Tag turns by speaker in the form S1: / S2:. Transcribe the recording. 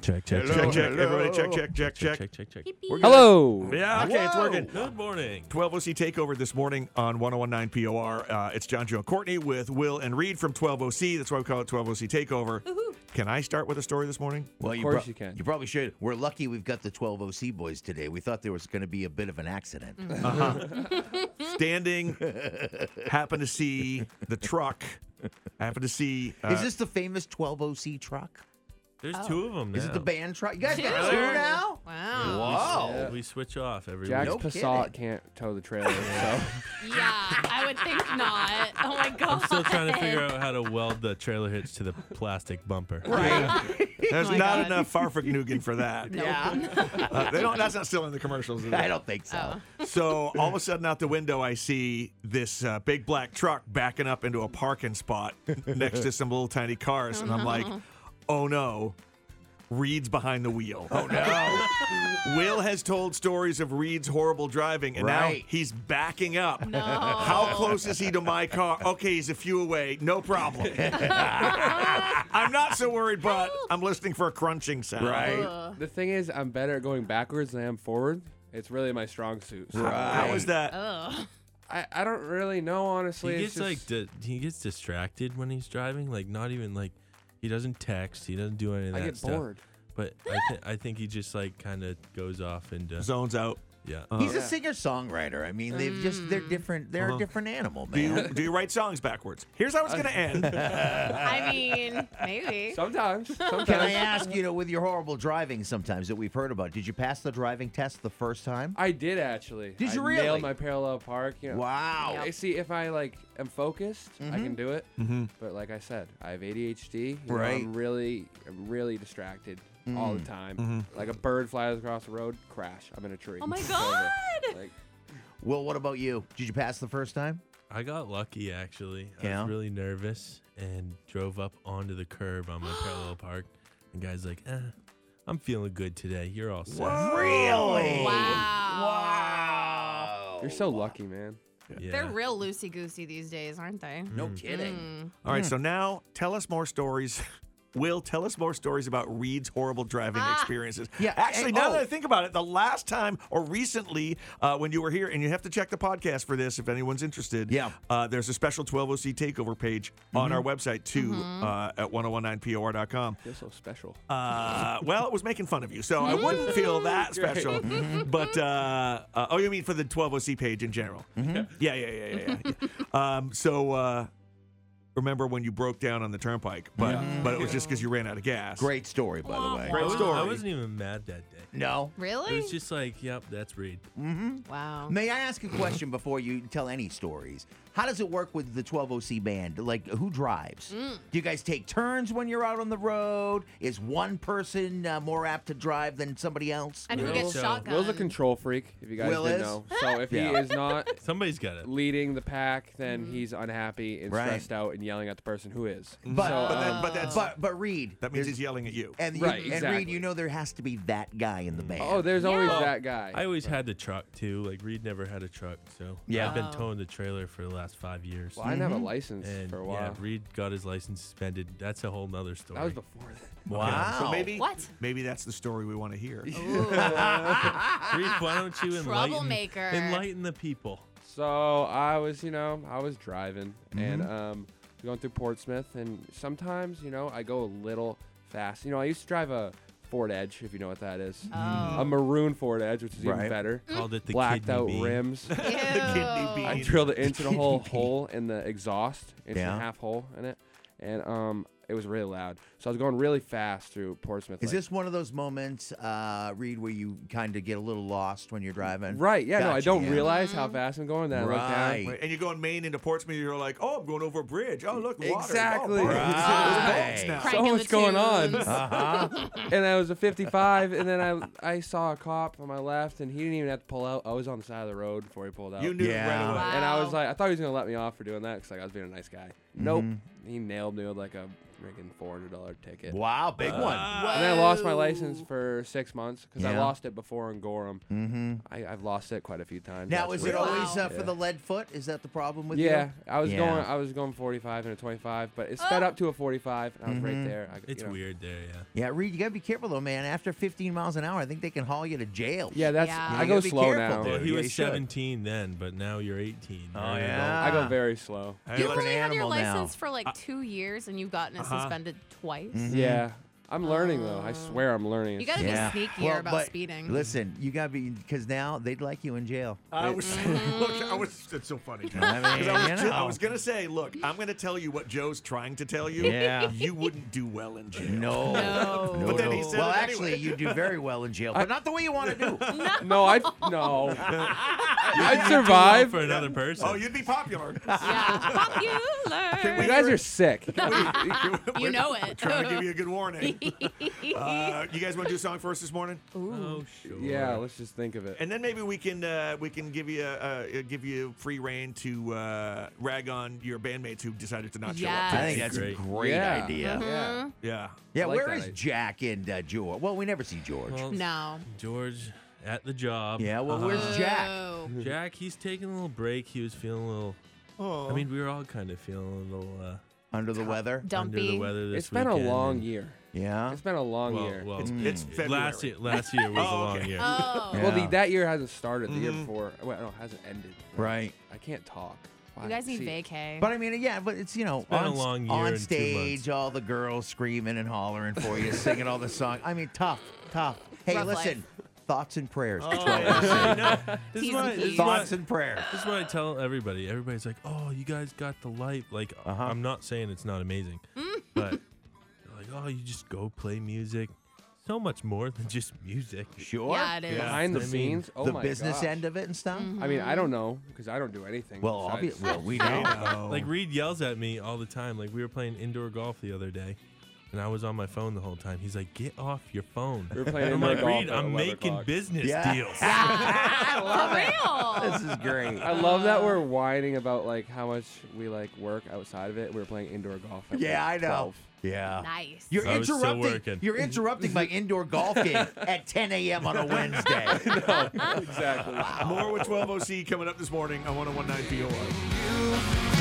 S1: Check, check,
S2: Hello,
S1: check,
S2: check, everybody check, check, check, check.
S1: check, check, check.
S3: Yippee.
S2: We're good.
S4: Hello.
S2: Yeah, okay, it's
S1: Whoa.
S2: working.
S1: Good morning.
S2: 12OC Takeover this morning on 1019 POR. Uh, it's John Joe Courtney with Will and Reed from 12OC. That's why we call it 12OC Takeover.
S3: Woohoo.
S2: Can I start with a story this morning?
S5: Well,
S4: course
S5: prob-
S4: you can.
S5: You probably should. We're lucky we've got the 12 OC boys today. We thought there was going to be a bit of an accident.
S2: Mm-hmm. Uh-huh. Standing, happen to see the truck. Happen to see. Uh,
S5: is this the famous 12 OC truck?
S1: There's two of them now.
S5: Is it the band truck? You guys got
S3: Two.
S5: two now?
S3: Wow.
S5: Wow.
S1: We switch off every
S4: Jack's
S5: No
S1: week.
S5: kidding.
S4: Passat can't tow the trailer, so
S3: Yeah, I would think not. Oh my
S1: I'm
S3: god.
S1: still trying to figure out how to weld the trailer hitch to the plastic bumper.
S2: There's
S3: Oh my
S2: not
S3: God.
S2: enough Farfugnugan for that.
S3: Yeah.
S2: Uh, they don't, that's not still in the commercials. Is it?
S5: I don't think so.
S2: So all of a sudden, out the window, I see this uh, big black truck backing up into a parking spot next to some little tiny cars, and I'm like, "Oh no, Reed's behind the wheel." Oh no! Will has told stories of Reed's horrible driving, and
S5: Right.
S2: now he's backing up.
S3: No.
S2: How close is he to my car? Okay, he's a few away. No problem. I'm not so worried, but I'm listening for a crunching sound.
S3: Ugh.
S4: the thing is, I'm better at going backwards than I am forward. It's really my strong suit. So
S2: How is that?
S3: Ugh.
S4: I, I don't really know, honestly.
S1: He
S4: it's
S1: gets
S4: just,
S1: like di- he gets distracted when he's driving. Like not even like he doesn't text. He doesn't do any of
S4: I
S1: that
S4: get
S1: stuff.
S4: bored.
S1: But I, th- I think he just like kind of goes off and uh,
S2: Zones out.
S1: yeah.
S2: Oh.
S5: He's a
S4: Yeah.
S5: singer songwriter. I mean, they've just they're different. They're a different animal,
S2: Mm. Uh-huh. Do you,
S5: man.
S2: do you write songs backwards? Here's how it's going to end.
S3: I mean, maybe.
S4: Sometimes, sometimes.
S5: Can I ask you know with your horrible driving sometimes that we've heard about? Did you pass the driving test the first time?
S4: I did actually.
S5: Did
S4: I
S5: you really?
S4: Nailed my parallel park. You know.
S5: Wow. Mm-hmm.
S4: I see if I like am focused, I can do it.
S1: Mm-hmm.
S4: But like I said, I have ADHD. you know,
S5: Right. Mm.
S4: I'm really, I'm really distracted all the time.
S1: Mm-hmm.
S4: Like a bird flies across the road, crash. I'm in a tree.
S3: Oh my
S4: It's over.
S3: God.
S4: Like,
S5: Well, what about you? Did you pass the first time?
S1: I got lucky actually. I
S5: Yeah?
S1: was really nervous and drove up onto the curb on my parallel park. And guy's like, eh, I'm feeling good today. You're all set.
S5: Really?
S3: Wow.
S4: you're
S5: Oh,
S4: so lucky, man.
S1: Yeah.
S3: They're real loosey goosey these days, aren't they?
S5: No
S2: Mm.
S5: kidding.
S2: All right, so now tell us more stories. Will, tell us more stories about Reed's horrible driving experiences.
S5: Yeah,
S2: Actually,
S5: and-
S2: now that
S5: oh.
S2: I think about it, the last time or recently uh, when you were here, and you have to check the podcast for this if anyone's interested.
S5: Yeah.
S2: Uh, there's a special 12OC takeover page on our website, too, uh, at 1019por.com.
S4: You're so special.
S2: Uh, well, it was making fun of you, so I
S5: Mm-hmm.
S2: wouldn't feel that special. But uh, uh, oh, you mean for the 12OC page in general?
S5: Mm-hmm.
S2: Yeah, yeah, yeah, yeah. yeah, yeah. um, so uh, remember when you broke down on the turnpike? But but it was just because you ran out of gas.
S5: Mm-hmm. Great story, by the way.
S3: Wow.
S1: I
S2: Great
S1: wasn't-
S2: story.
S1: I wasn't even mad that day.
S5: No.
S3: Really?
S1: It was just like, yep, that's Reed.
S3: wow.
S5: May I ask a question before you tell any stories? How does it work with the 12OC band? Like, who drives? Do you guys take turns when you're out on the road? Is one person uh, more apt to drive than somebody else?
S3: and who
S1: Will-
S3: gets
S1: So,
S3: shotgun?
S4: Will's a control freak. If you guys
S5: Will
S4: didn't
S5: is?
S4: know, so if he
S5: Yeah.
S4: is not
S1: Somebody's got it.
S4: leading the pack, then he's unhappy and
S5: Right.
S4: stressed out and yelling at the person who is.
S5: But,
S4: So,
S2: But,
S4: uh,
S2: that, but that's
S5: but, but Reed.
S2: that means
S5: there's-
S2: he's yelling at you.
S5: and, you-
S4: Right,
S5: and
S4: exactly.
S5: Reed, you know there has to be that guy in the band.
S4: oh, there's always
S3: Yeah.
S4: that guy.
S1: I always had the truck too. Like Reed never had a truck, so
S5: Yeah.
S1: I've been
S3: Oh.
S1: towing the trailer for the last five years.
S4: well, I didn't have a license
S1: Mm-hmm. And
S4: for a while.
S1: yeah, Reed got his license suspended. That's a whole nother story.
S4: that was before that.
S5: Wow.
S2: So maybe
S3: What?
S2: Maybe that's the story we want to hear.
S1: Reed, why don't you enlighten,
S3: Troublemaker.
S1: enlighten the people?
S4: So I was, you know, I was driving
S5: Mm-hmm.
S4: and um, going through Portsmouth, and sometimes, you know, I go a little fast. You know, I used to drive a Ford Edge, if you know what that is,
S3: Oh.
S4: a maroon Ford Edge, which is
S5: Right.
S4: even better.
S3: Hmm?
S1: Called it the
S4: Blacked
S1: kidney
S4: out
S1: bean.
S4: rims.
S3: Ew.
S2: kidney
S4: I
S2: bean.
S4: drilled an inch and a whole hole in the exhaust, inch and
S5: Yeah.
S4: a half hole in it, and um, it was really loud. So I was going really fast through Portsmouth.
S5: Is
S4: like-
S5: this one of those moments, uh, Reed, where you kind of get a little lost when you're driving?
S4: right? Yeah, no, I
S5: Gotcha,
S4: don't
S5: yeah.
S4: realize
S3: Mm-hmm.
S4: how fast I'm going. Then I look down.
S5: Right.
S2: And you're going Maine into Portsmouth, you're like, oh, I'm going over a bridge. Oh, look, water.
S4: Exactly.
S2: Oh, boats.
S5: Right.
S2: There's boats now.
S3: Cranking
S4: So
S3: the
S4: what's going on?
S3: tunes.
S5: Uh-huh.
S4: and I was a 55, and then I I saw a cop on my left, and he didn't even have to pull out. I was on the side of the road before he pulled out.
S2: You knew
S5: Yeah.
S2: right away.
S3: Wow.
S4: And I was like, I thought he was gonna let me off for doing that because like I was being a nice guy. Nope.
S5: Mm-hmm.
S4: he nailed me with like a freaking four hundred dollar ticket.
S5: Wow, big one.
S4: And I lost my license for six months because I
S5: Yeah.
S4: lost it before in Gorham. Mm-hmm. I, I've lost it quite a few times.
S5: Now,
S4: That's
S5: is
S4: weird.
S5: it always
S3: Wow.
S5: uh, for the lead foot? Is that the problem with
S4: Yeah,
S5: you?
S4: I was
S5: Yeah.
S4: going. I was going 45 and a 25, but
S3: Oh.
S4: it sped up to a 45, and I was
S5: Mm-hmm.
S4: right there. I,
S1: It's
S4: you know.
S1: weird there, yeah.
S5: Yeah, Reed, you gotta be careful though, man. After 15 miles an hour, I think they can haul you to jail.
S4: Yeah, that's.
S3: Yeah.
S4: I
S5: You
S4: go
S5: gotta be
S4: slow
S5: careful,
S4: now.
S5: dude.
S1: Well, he
S5: yeah, you
S1: was
S5: should.
S1: 17 then, but now you're 18.
S5: Oh,
S1: You're an adult.
S5: yeah.
S4: I go
S5: Ah.
S4: very slow.
S2: Hey,
S5: Get
S3: You
S5: an
S2: let's-
S3: only had your
S5: animal now.
S3: license for like two years and you've gotten it
S2: Uh-huh.
S3: suspended twice.
S5: Mm-hmm.
S4: Yeah, I'm learning though. I swear I'm learning.
S3: Oh. You
S4: It's-
S3: gotta
S5: Yeah.
S3: be sneakier
S5: Well,
S3: about
S5: but
S3: speeding.
S5: Listen, you gotta be because now they'd like you in jail.
S2: I was, look, I was, it's so funny.
S5: I mean,
S2: 'Cause Uh, I,
S5: you
S2: was ju- I
S5: know.
S2: was gonna say, look, I'm gonna tell you what Joe's trying to tell you.
S5: Yeah.
S2: you wouldn't do well in jail.
S5: No.
S3: No.
S5: No,
S2: But then
S5: no.
S2: he said
S5: well,
S2: it
S5: actually,
S2: anyway.
S5: you do very well in jail, but not the way you want to do.
S4: no, I no. I'd
S1: Well,
S4: survive.
S1: for another person.
S2: Oh, you'd be popular.
S3: yeah.
S4: You
S3: Popular.
S4: guys are sick.
S3: You know it.
S2: trying to give you a good warning. Uh, you guys want to do a song for us this morning,
S1: Oh, sure.
S4: yeah, let's just think of it.
S2: and then maybe we can uh, we can give you uh, uh, give you free reign to uh, rag on your bandmates who decided to not show up.
S3: Yes.
S5: I
S2: today.
S5: think that's
S1: Great.
S5: a great
S4: Yeah.
S5: idea.
S3: Mm-hmm.
S4: Yeah.
S2: Yeah.
S5: Yeah,
S4: I like
S5: where
S4: that
S5: is
S4: idea.
S5: Jack and uh, George? Well, we never see George.
S1: Well,
S3: no.
S1: George at the job. Uh-huh.
S5: yeah, well, where's Jack?
S3: Oh.
S1: Jack, he's taking a little break. He was feeling a little.
S2: Oh.
S1: I mean, we were all kind of feeling a little uh,
S5: Under the weather?
S1: under the
S3: Dumpy.
S1: weather this
S4: It's been a
S1: weekend,
S4: long
S1: and-
S4: year.
S5: Yeah.
S4: It's been a long
S1: Well,
S4: year.
S1: well, mm.
S2: it's, it's February.
S1: last year, last year was a
S2: Oh,
S1: long
S2: okay.
S1: year.
S3: Oh.
S5: Yeah.
S4: Well, the, that year hasn't started. The year before, well, no, it hasn't ended.
S5: Right.
S4: I can't talk. Why?
S3: You guys need
S4: See,
S3: vacay.
S5: But I mean, yeah, but it's, you know,
S1: been
S5: on,
S1: a long year
S5: on
S1: and two
S5: stage,
S1: months.
S5: all the girls screaming and hollering for you, singing all the songs. I mean, tough, tough. Hey,
S3: Rough
S5: listen, thoughts and prayers. to
S2: Oh,
S5: 12.
S2: yeah, no.
S1: This is
S3: T's
S1: why-
S3: and
S1: this is
S3: P's.
S1: why-
S5: Thoughts and prayers.
S1: This is what I tell everybody. Everybody's like, "Oh, you guys got the light." Like,
S5: Uh-huh.
S1: I'm not saying it's not amazing, but they're like, "Oh, you just go play music." So much more than just music.
S5: Sure.
S3: yeah, it is. Mm-hmm.
S2: Yeah.
S4: Behind the
S1: I mean,
S4: scenes, oh
S5: the
S4: my
S5: business
S4: gosh.
S5: end of it and stuff.
S4: I mean, I don't know because I don't do anything.
S5: Well, obvi-
S4: besides-
S5: well, we know.
S4: Oh.
S1: Like Reed yells at me all the time. Like we were playing indoor golf the other day, and I was on my phone the whole time. He's like, "Get off your phone."
S4: We were playing
S1: I'm
S4: indoor
S1: like,
S4: golf
S1: Reed,
S4: at
S1: I'm
S4: 11
S1: making
S4: o'clock."
S1: business
S5: Yeah.
S1: deals.
S3: For real.
S5: This is great.
S4: I love that we're whining about like how much we like work outside of it. We were playing indoor golf. At,
S5: Yeah,
S4: like,
S5: I know.
S4: 12.
S5: Yeah.
S3: nice.
S5: You're
S1: I was still
S5: interrupting.
S1: working.
S5: You're interrupting my indoor golf game at 10 a.m. on a Wednesday.
S4: exactly.
S2: oh More with 12OC coming up this morning on 1019 POR.